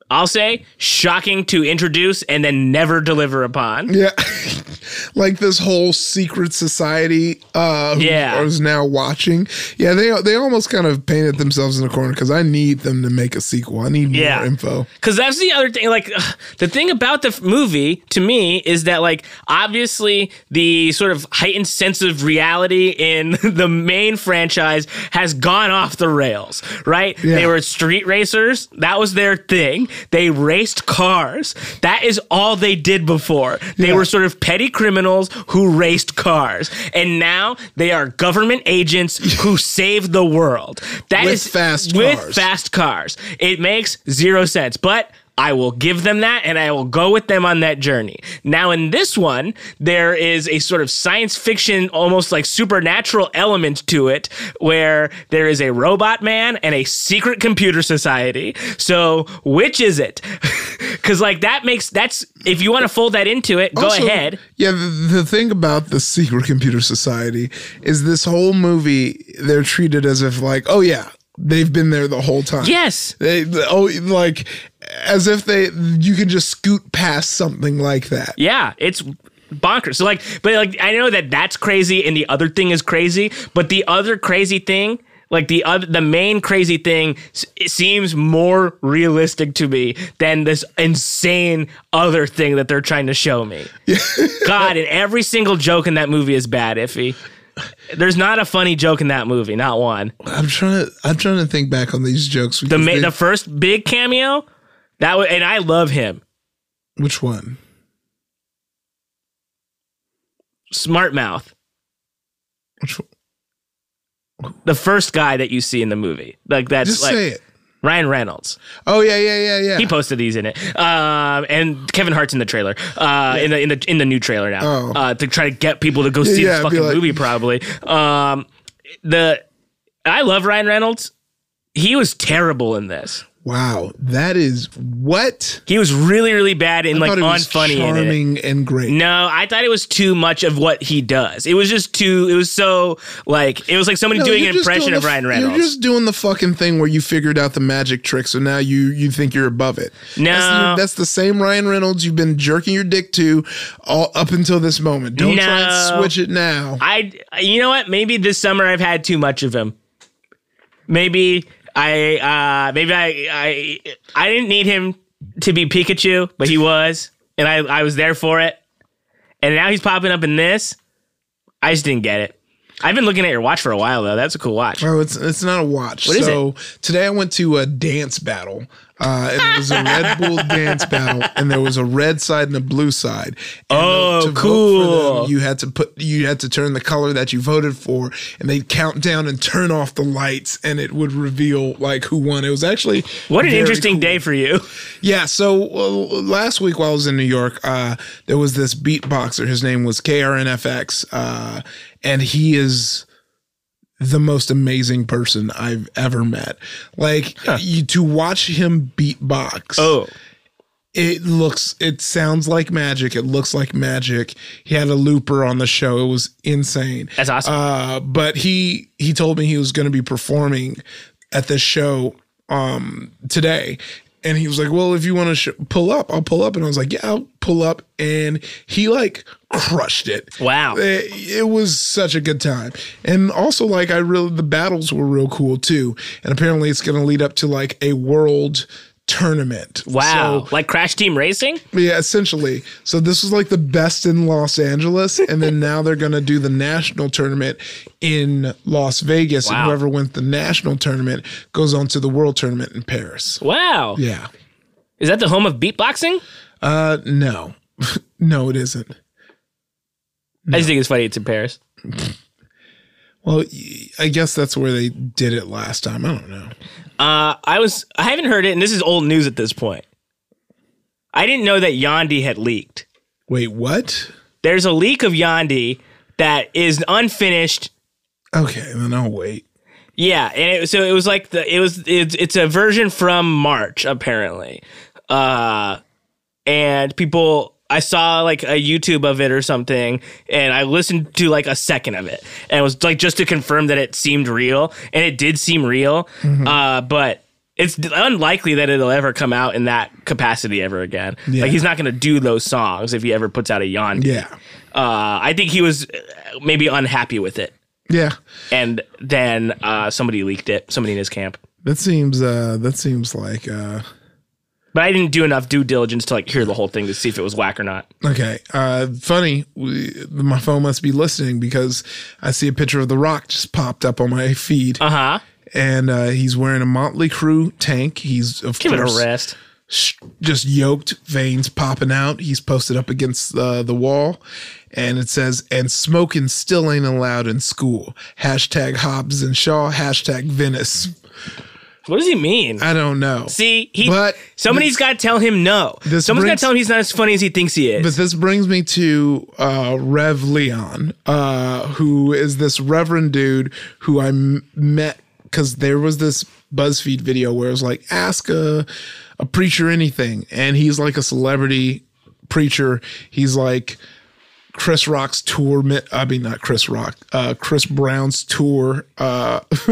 Speaker 2: I'll say, shocking to introduce and then never deliver upon.
Speaker 1: Yeah. like this whole secret society uh who
Speaker 2: Yeah.
Speaker 1: is now watching. Yeah, they they almost kind of painted themselves in a corner cuz I need them to make a sequel. I need
Speaker 2: Yeah.
Speaker 1: more info.
Speaker 2: Because that's the other thing. Like, ugh, the thing about the f- movie to me is that, like, obviously the sort of heightened sense of reality in the main franchise has gone off the rails, right? They
Speaker 1: Yeah.
Speaker 2: were street racers. That was their thing. They raced cars. That is all they did before. They
Speaker 1: Yeah.
Speaker 2: were sort of petty criminals who raced cars. And now they are government agents who save the world. That
Speaker 1: With
Speaker 2: is
Speaker 1: fast
Speaker 2: with
Speaker 1: cars.
Speaker 2: fast fast cars. It makes zero sense, but I will give them that and I will go with them on that journey. Now, in this one, there is a sort of science fiction, almost like supernatural element to it, where there is a robot man and a secret computer society. So, which is it? Because, like, that makes that's if you want to fold that into it, go
Speaker 1: Also,
Speaker 2: ahead.
Speaker 1: Yeah, the, the thing about the secret computer society is this whole movie they're treated as if like, oh yeah, they've been there the whole time.
Speaker 2: Yes.
Speaker 1: They oh like as if they you can just scoot past something like that.
Speaker 2: Yeah, it's bonkers. So like, but like, I know that that's crazy, and the other thing is crazy, but the other crazy thing. Like the other, the main crazy thing s- it seems more realistic to me than this insane other thing that they're trying to show me. God, and every single joke in that movie is bad. Iffy, there's not a funny joke in that movie, not one.
Speaker 1: I'm trying to I'm trying to think back on these jokes.
Speaker 2: The ma- the first big cameo, that was, and I love him,
Speaker 1: which one?
Speaker 2: smart mouth.
Speaker 1: Which one?
Speaker 2: the first guy that you see in the movie. Like that's
Speaker 1: Just
Speaker 2: like
Speaker 1: say it.
Speaker 2: Ryan Reynolds.
Speaker 1: Oh yeah, yeah, yeah, yeah.
Speaker 2: He posted these in it. Um, and Kevin Hart's in the trailer. Uh, in the in the in the new trailer now.
Speaker 1: Oh.
Speaker 2: Uh, to try to get people to go see
Speaker 1: yeah,
Speaker 2: this
Speaker 1: be
Speaker 2: fucking
Speaker 1: like-
Speaker 2: movie probably. Um, the I love Ryan Reynolds. He was terrible in this.
Speaker 1: Wow, that is what
Speaker 2: He was really, really bad and like
Speaker 1: thought it was
Speaker 2: unfunny in it.
Speaker 1: charming and great.
Speaker 2: No, I thought it was too much of what he does. It was just too. It was so like it was like somebody
Speaker 1: No,
Speaker 2: doing
Speaker 1: you're
Speaker 2: an
Speaker 1: just
Speaker 2: impression
Speaker 1: doing
Speaker 2: of
Speaker 1: the-
Speaker 2: Ryan Reynolds.
Speaker 1: You're just doing the fucking thing where you figured out the magic trick, so now you you think you're above it. that's
Speaker 2: No.
Speaker 1: the, that's the same Ryan Reynolds you've been jerking your dick to all up until this moment. Don't try
Speaker 2: No.
Speaker 1: and switch it now.
Speaker 2: I, you know what? Maybe this summer I've had too much of him. Maybe I, uh, maybe I, I, I didn't need him to be Pikachu, but he was, and I, I was there for it. And now he's popping up in this. I just didn't get it. I've been looking at your watch for a while though. That's a cool watch.
Speaker 1: Oh, it's it's not a watch.
Speaker 2: is
Speaker 1: so today I went to a dance battle. Uh, and it was a Red Bull dance battle, and there was a red side and a blue side. And uh,
Speaker 2: Oh,
Speaker 1: to vote for
Speaker 2: cool.
Speaker 1: them, you had to put you had to turn the color that you voted for, and they'd count down and turn off the lights, and it would reveal like who won. It was actually
Speaker 2: What an
Speaker 1: very
Speaker 2: interesting
Speaker 1: cool.
Speaker 2: day for you.
Speaker 1: Yeah. So uh, last week while I was in New York, uh, there was this beatboxer. His name was KRNFX, uh, and he is the most amazing person I've ever met. Like you, to watch him beatbox.
Speaker 2: Oh,
Speaker 1: It looks, it sounds like magic. It looks like magic. He had a looper on the show. It was insane.
Speaker 2: that's awesome.
Speaker 1: Uh, but he he told me he was going to be performing at this show um today and he was like well if you want to sh- pull up i'll pull up and i was like yeah i'll pull up and he like crushed it
Speaker 2: wow.
Speaker 1: it, it was such a good time and also like i really the battles were real cool too and apparently it's going to lead up to like a world tournament So-
Speaker 2: Wow. like Crash Team Racing?
Speaker 1: yeah, essentially. So this was like the best in Los Angeles, and then now they're gonna do the national tournament in Las Vegas,
Speaker 2: Wow.
Speaker 1: and whoever wins the national tournament goes on to the world tournament in Paris.
Speaker 2: Wow.
Speaker 1: Yeah.
Speaker 2: Is that the home of beatboxing?
Speaker 1: Uh, no, no, it isn't.
Speaker 2: I just think it's funny it's in Paris.
Speaker 1: Well, y- I guess that's where they did it last time. I don't know.
Speaker 2: Uh, I was I haven't heard it, and this is old news at this point. I didn't know that Yandi had leaked.
Speaker 1: Wait, what?
Speaker 2: There's a leak of Yandi that is unfinished.
Speaker 1: Okay, then I'll wait.
Speaker 2: Yeah, and it, so it was like the it was it's it's a version from March apparently, uh, and people I saw like a YouTube of it or something, and I listened to like a second of it, and it was like just to confirm that it seemed real, and it did seem real,
Speaker 1: Mm-hmm.
Speaker 2: uh, but. It's unlikely that it'll ever come out in that capacity ever again.
Speaker 1: Yeah.
Speaker 2: Like he's not going to do those songs if he ever puts out a yawn.
Speaker 1: Yeah,
Speaker 2: Uh, I think he was uh, maybe unhappy with it
Speaker 1: yeah.
Speaker 2: and then uh, somebody leaked it. Somebody in his camp.
Speaker 1: That seems. Uh, that seems like. Uh,
Speaker 2: But I didn't do enough due diligence to like hear the whole thing to see if it was whack or not.
Speaker 1: Okay. Uh, funny, we, my phone must be listening because I see a picture of The Rock just popped up on my feed,
Speaker 2: Uh huh.
Speaker 1: and uh, he's wearing a Motley Crue tank. He's of
Speaker 2: Give it a
Speaker 1: course
Speaker 2: rest.
Speaker 1: sh- just yoked, veins popping out. He's posted up against uh, the wall, and it says, "And smoking still ain't allowed in school." Hashtag Hobbs and Shaw. Hashtag Venice.
Speaker 2: What does he mean?
Speaker 1: I don't know.
Speaker 2: see, he.
Speaker 1: but
Speaker 2: somebody's got to tell him no.
Speaker 1: this
Speaker 2: Someone's got to
Speaker 1: brings-
Speaker 2: tell him he's not as funny as he thinks he is.
Speaker 1: But this brings me to uh, Rev Leon, uh, who is this Reverend dude who I m- met because there was this BuzzFeed video where it was like, ask a, a preacher anything. And he's like a celebrity preacher. He's like, Chris Rock's tour, mi- I mean not Chris Rock, uh, Chris Brown's tour, uh,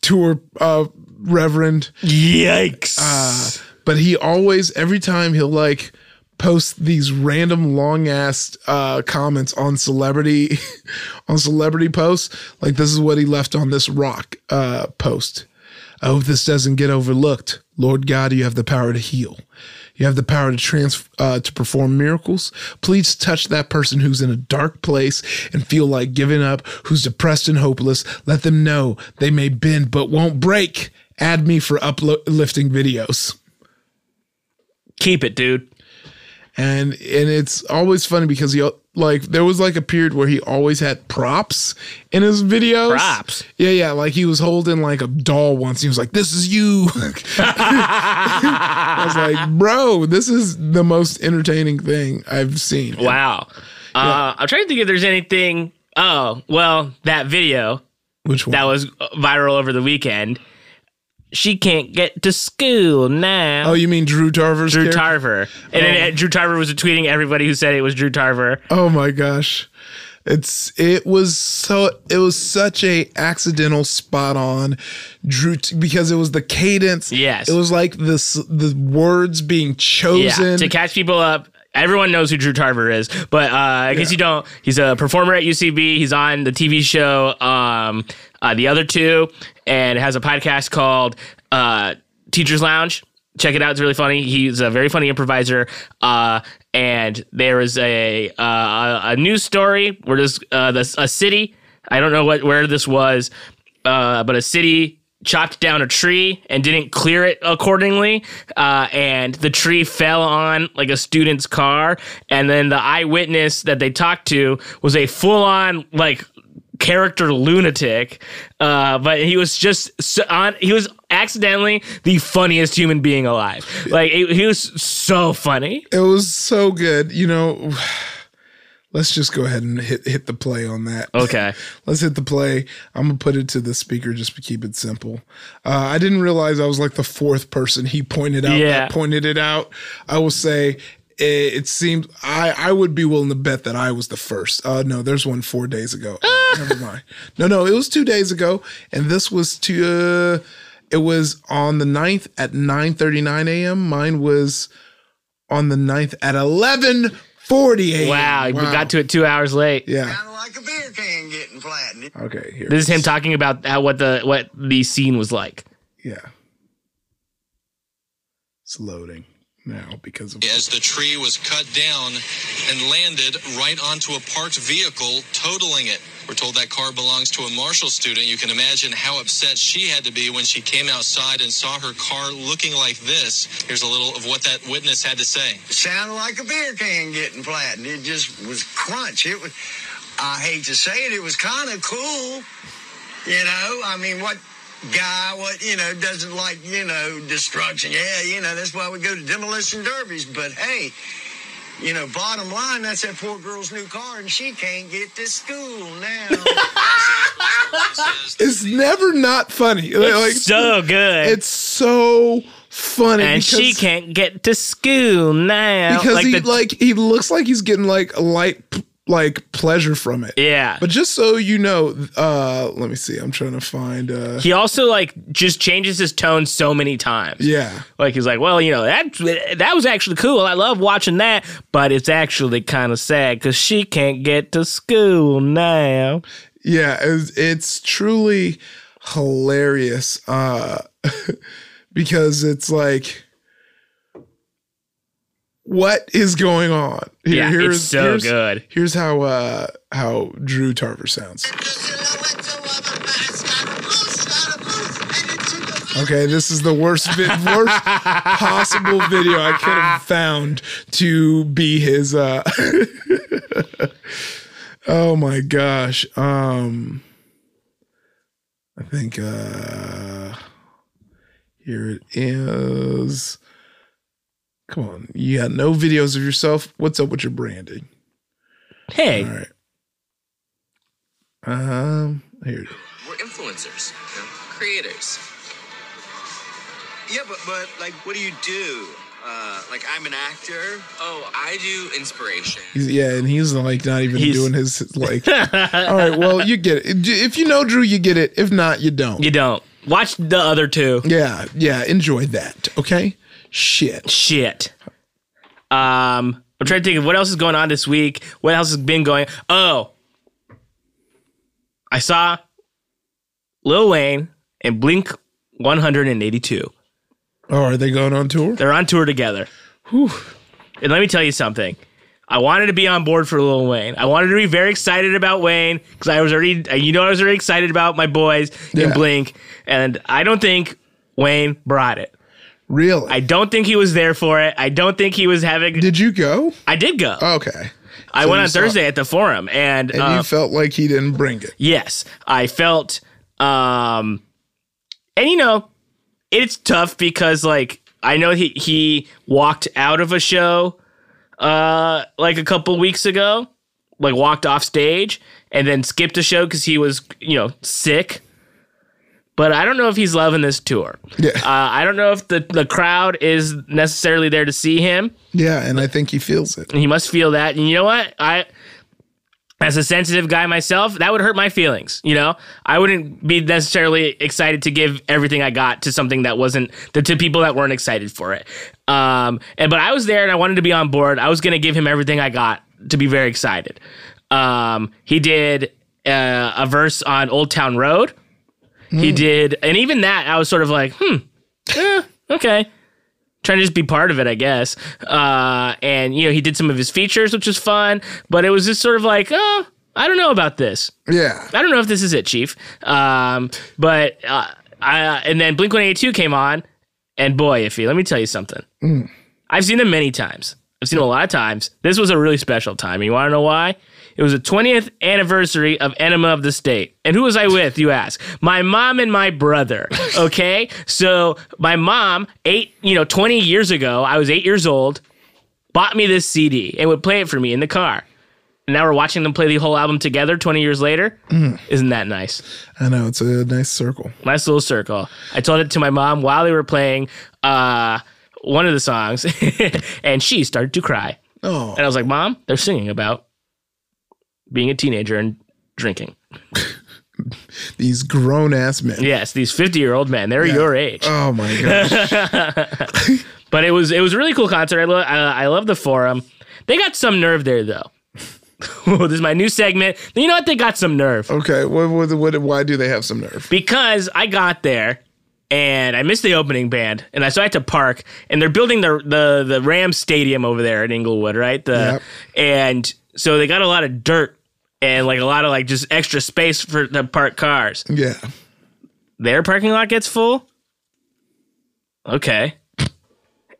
Speaker 1: tour uh, reverend,
Speaker 2: Yikes!
Speaker 1: but he always every time he'll like post these random long ass uh, comments on celebrity on celebrity posts like this is what he left on this rock uh, post i hope this doesn't get overlooked lord god you have the power to heal you have the power to trans uh, to perform miracles please touch that person who's in a dark place and feel like giving up who's depressed and hopeless let them know they may bend but won't break add me for uplifting videos
Speaker 2: Keep it, dude.
Speaker 1: and and it's always funny because he like there was like a period where he always had props in his videos.
Speaker 2: Props?
Speaker 1: Yeah, yeah. Like he was holding like a doll once. He was like, "This is you." I was like, "Bro, this is the most entertaining thing I've seen."
Speaker 2: Wow. Uh, I'm trying to think if there's anything. Oh well, that video
Speaker 1: Which one?
Speaker 2: that was viral over the weekend. she can't get to school now.
Speaker 1: Oh, you mean Drew Tarver's
Speaker 2: Drew
Speaker 1: character?
Speaker 2: Tarver. And then uh, Drew Tarver was tweeting everybody who said it was Drew Tarver.
Speaker 1: Oh my gosh. It's it was so it was such a accidental spot on Drew t- because it was the cadence.
Speaker 2: Yes.
Speaker 1: It was like this the words being
Speaker 2: Yeah.
Speaker 1: chosen.
Speaker 2: To catch people up. Everyone knows who Drew Tarver is, but uh, in case you don't, he's a performer at UCB. He's on the TV show um, uh, The Other Two and has a podcast called uh, Teacher's Lounge. Check it out. It's really funny. He's a very funny improviser. Uh, and there is a, uh, a, a news story where there's uh, this, a city. I don't know what where this was, uh, but a city chopped down a tree and didn't clear it accordingly uh, and the tree fell on like a student's car and then the eyewitness that they talked to was a full-on like character lunatic uh, but he was just so on he was accidentally the funniest human being alive like he he was so funny
Speaker 1: it was so good. You know, let's just go ahead and hit hit the play on that.
Speaker 2: okay
Speaker 1: Let's hit the play. I'm gonna put it to the speaker just to keep it simple. Uh, I didn't realize I was like the fourth person he pointed out.
Speaker 2: Yeah.
Speaker 1: that pointed it out. I will say it, it seemed I I would be willing to bet that I was the first. Uh, no, there's one four days ago. Never mind. No, no, it was two days ago, and this was to uh, it was on the 9th at 9:39 a.m. Mine was on the 9th at 11:40 a.m.
Speaker 2: wow, we got to it two hours late
Speaker 1: yeah.
Speaker 3: Kind of like a beer can getting flattened.
Speaker 1: Okay, here.
Speaker 2: this is him talking about how what the what the scene was like
Speaker 1: Yeah. It's loading now because of
Speaker 4: as the tree was cut down and landed right onto a parked vehicle, totaling it. We're told that car belongs to a Marshall student. You can imagine how upset she had to be when she came outside and saw her car looking like this. Here's a little of what that witness had to say.
Speaker 3: Sounded like a beer can getting flattened. It just was crunch. It was. I hate to say it, it was kind of cool. You know, I mean, what guy, what you know, doesn't like you know destruction? Yeah, you know, that's why we go to demolition derbies. But hey, you know, bottom line, that's that poor girl's new car, and she can't get to school now.
Speaker 1: It's never not funny. like
Speaker 2: so good
Speaker 1: it's so funny.
Speaker 2: and
Speaker 1: because-
Speaker 2: she can't get to school now.
Speaker 1: because
Speaker 2: like
Speaker 1: he
Speaker 2: the-
Speaker 1: like he looks like he's getting like a light p- like pleasure from it.
Speaker 2: yeah.
Speaker 1: But just so you know, uh let me see. I'm trying to find uh
Speaker 2: he also like just changes his tone so many times.
Speaker 1: yeah.
Speaker 2: Like he's like, well, you know that that was actually cool. I love watching that, but it's actually kind of sad because she can't get to school now.
Speaker 1: Yeah, it's, it's truly hilarious uh because it's like what is going on? Here-
Speaker 2: Yeah, it's so
Speaker 1: here's,
Speaker 2: good.
Speaker 1: Here's how uh how Drew Tarver sounds. Okay, this is the worst vi- worst possible video I could have found to be his uh Oh my gosh. Um I think uh here it is. Come on. You got no videos of yourself. What's up with your branding?
Speaker 2: Hey,
Speaker 1: All right. Um here it is.
Speaker 5: We're influencers, you know, creators.
Speaker 3: yeah, but but like, what do you do? Uh, like, I'm an actor.
Speaker 5: Oh, I do inspiration.
Speaker 1: He's, yeah, and he's like not even
Speaker 2: He's-
Speaker 1: doing his his, like. all right, well, you get it. If you know Drew, you get it. If not, you don't.
Speaker 2: you don't watch the other two.
Speaker 1: Yeah, yeah. Enjoy that. Okay. Shit.
Speaker 2: Shit. Um, I'm trying to think of what else is going on this week. What else has been going? Oh, I saw Lil Wayne and Blink 182.
Speaker 1: Oh, are they going on tour?
Speaker 2: They're on tour together.
Speaker 1: Whew.
Speaker 2: And let me tell you something. I wanted to be on board for Lil Wayne. I wanted to be very excited about Wayne because I was already, uh, you know, I was already excited about my boys in
Speaker 1: Yeah.
Speaker 2: Blink, and I don't think Wayne brought it.
Speaker 1: Really?
Speaker 2: I don't think he was there for it. I don't think he was having.
Speaker 1: Did you go?
Speaker 2: I did go.
Speaker 1: Okay.
Speaker 2: I went
Speaker 1: you
Speaker 2: on
Speaker 1: saw-
Speaker 2: Thursday at the forum, and,
Speaker 1: And
Speaker 2: uh,
Speaker 1: you felt like he didn't bring it.
Speaker 2: yes, I felt, um, and you know, it's tough because like I know he he walked out of a show, uh, like a couple weeks ago, like walked off stage and then skipped a show because he was you know sick. But I don't know if he's loving this tour.
Speaker 1: Yeah.
Speaker 2: Uh, I don't know if the, the crowd is necessarily there to see him.
Speaker 1: Yeah, and I think he feels it.
Speaker 2: He must feel that. And you know what? I, as a sensitive guy myself, that would hurt my feelings. You know, I wouldn't be necessarily excited to give everything I got to something that wasn't to, to people that weren't excited for it. Um, and but I was there and I wanted to be on board. I was gonna give him everything I got to be very excited. Um, he did uh, a verse on Old Town Road. He did, and even that I was sort of like, hmm, eh, okay trying to just be part of it, I guess. Uh, and you know, he did some of his features, which was fun, but it was just sort of like, oh, I don't know about this.
Speaker 1: Yeah.
Speaker 2: I don't know if this is it, Chief. Um, but uh, I, and then Blink One Eighty Two came on, and boy, iffy. Let me tell you something. I've seen them many times. I've seen them a lot of times. This was a really special time. You want to know why? It was the 20th anniversary of Enema of the State. And who was I with, you ask? My mom and my brother. Okay? so my mom, eight, you know, 20 years ago, I was eight years old, bought me this CD and would play it for me in the car. And now we're watching them play the whole album together 20 years later. Isn't that nice?
Speaker 1: I know it's a nice circle.
Speaker 2: nice little circle. I told it to my mom while they were playing uh, one of the songs, and she started to cry.
Speaker 1: Oh.
Speaker 2: And I was like, "Mom, they're singing about being a teenager and drinking."
Speaker 1: These grown ass men.
Speaker 2: Yes, these fifty-year-old men—they're your age.
Speaker 1: Oh my gosh.
Speaker 2: But it was it was a really cool concert. I love I, I love the forum. They got some nerve there though. this is my new segment. You know what? They got some nerve.
Speaker 1: Okay. What, what, what, why do they have some nerve?
Speaker 2: because I got there and I missed the opening band, and I so I had to park. And they're building the the the Rams Stadium over there in Inglewood, right? The
Speaker 1: Yep.
Speaker 2: and so they got a lot of dirt and like a lot of like just extra space for to park cars.
Speaker 1: Yeah.
Speaker 2: Their parking lot gets full. Okay.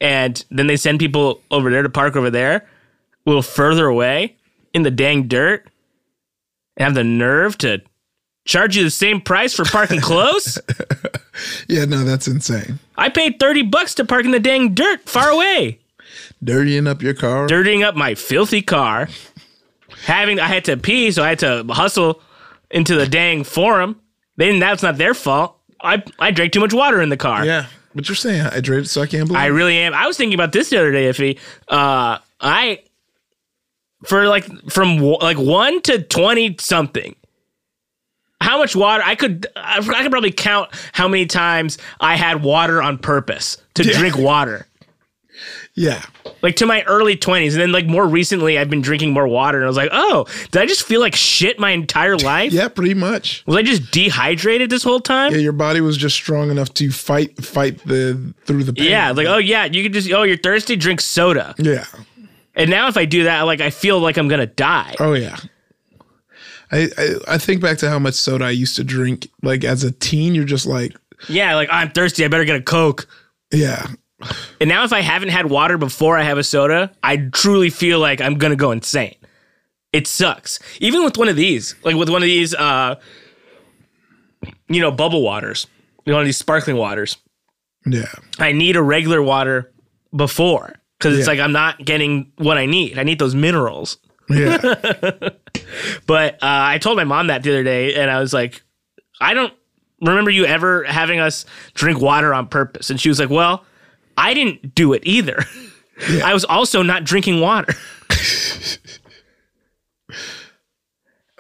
Speaker 2: And then they send people over there to park over there, a little further away in the dang dirt, and have the nerve to charge you the same price for parking close?
Speaker 1: Yeah. No, that's insane.
Speaker 2: I paid 30 bucks to park in the dang dirt far away,
Speaker 1: Dirtying up your car.
Speaker 2: dirtying up my filthy car. Having I had to pee, so I had to hustle into the dang forum. Then that's not their fault. I I drank too much water in the car.
Speaker 1: Yeah. But you're saying hydrated, so I can't believe.
Speaker 2: I really am. I was thinking about this the other day, Iffy. Uh, I for like from w- like one to twenty something. How much water I could I I could probably count how many times I had water on purpose to drink water.
Speaker 1: yeah.
Speaker 2: like to my early 20s and then like more recently i've been drinking more water and i was like oh did i just feel like shit my entire life
Speaker 1: Yeah. Pretty much.
Speaker 2: was i just dehydrated this whole time
Speaker 1: Yeah.
Speaker 2: yeah,
Speaker 1: Your body was just strong enough to fight, fight the through the pain.
Speaker 2: like oh yeah you could just oh you're thirsty drink soda
Speaker 1: Yeah.
Speaker 2: and now if i do that like i feel like i'm gonna die
Speaker 1: Oh yeah. I, I I think back to how much soda I used to drink. Like as a teen, you're just like,
Speaker 2: yeah like i'm thirsty i better get a coke
Speaker 1: yeah,
Speaker 2: and now if i haven't had water before i have a soda i truly feel like i'm gonna go insane it sucks even with one of these like with one of these uh you know bubble waters one of these sparkling waters
Speaker 1: yeah,
Speaker 2: I need a regular water before because it's
Speaker 1: Yeah.
Speaker 2: like I'm not getting what I need. I need those minerals.
Speaker 1: yeah,
Speaker 2: But uh, I told my mom that the other day, and I was like, I don't remember you ever having us drink water on purpose. And she was like, Well, I didn't do it either. I was also not drinking water.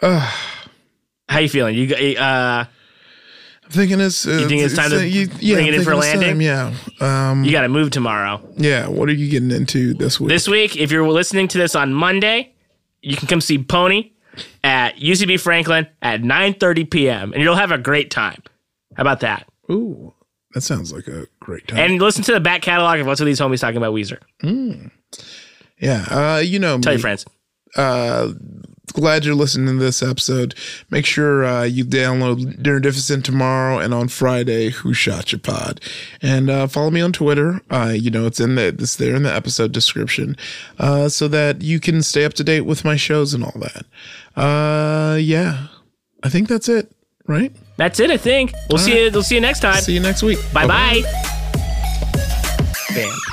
Speaker 2: How you feeling? You g- uh,
Speaker 1: I'm thinking it's. Uh, you
Speaker 2: think it's time to bring it in for landing?
Speaker 1: yeah, um,
Speaker 2: you got to move tomorrow.
Speaker 1: yeah. What are you getting into this week?
Speaker 2: This week, if you're listening to this on Monday, you can come see Pony at UCB Franklin at 9:30 p.m. and you'll have a great time. How about that?
Speaker 1: Ooh, that sounds like a great time.
Speaker 2: And listen to the back catalog of what's with these homies talking about Weezer.
Speaker 1: yeah, uh, you know,
Speaker 2: Tell
Speaker 1: me.
Speaker 2: your friends.
Speaker 1: glad you're listening to this episode. Make sure uh, you download Dinner Deficit tomorrow and on Friday, Who Shot Your Pod. And uh, follow me on Twitter. Uh, you know, it's in the it's there in the episode description, uh, so that you can stay up to date with my shows and all that. Uh, yeah, I think that's it. Right.
Speaker 2: That's it, I think. We'll see you. We'll see you next time.
Speaker 1: See you next week.
Speaker 2: Bye bye. Bam.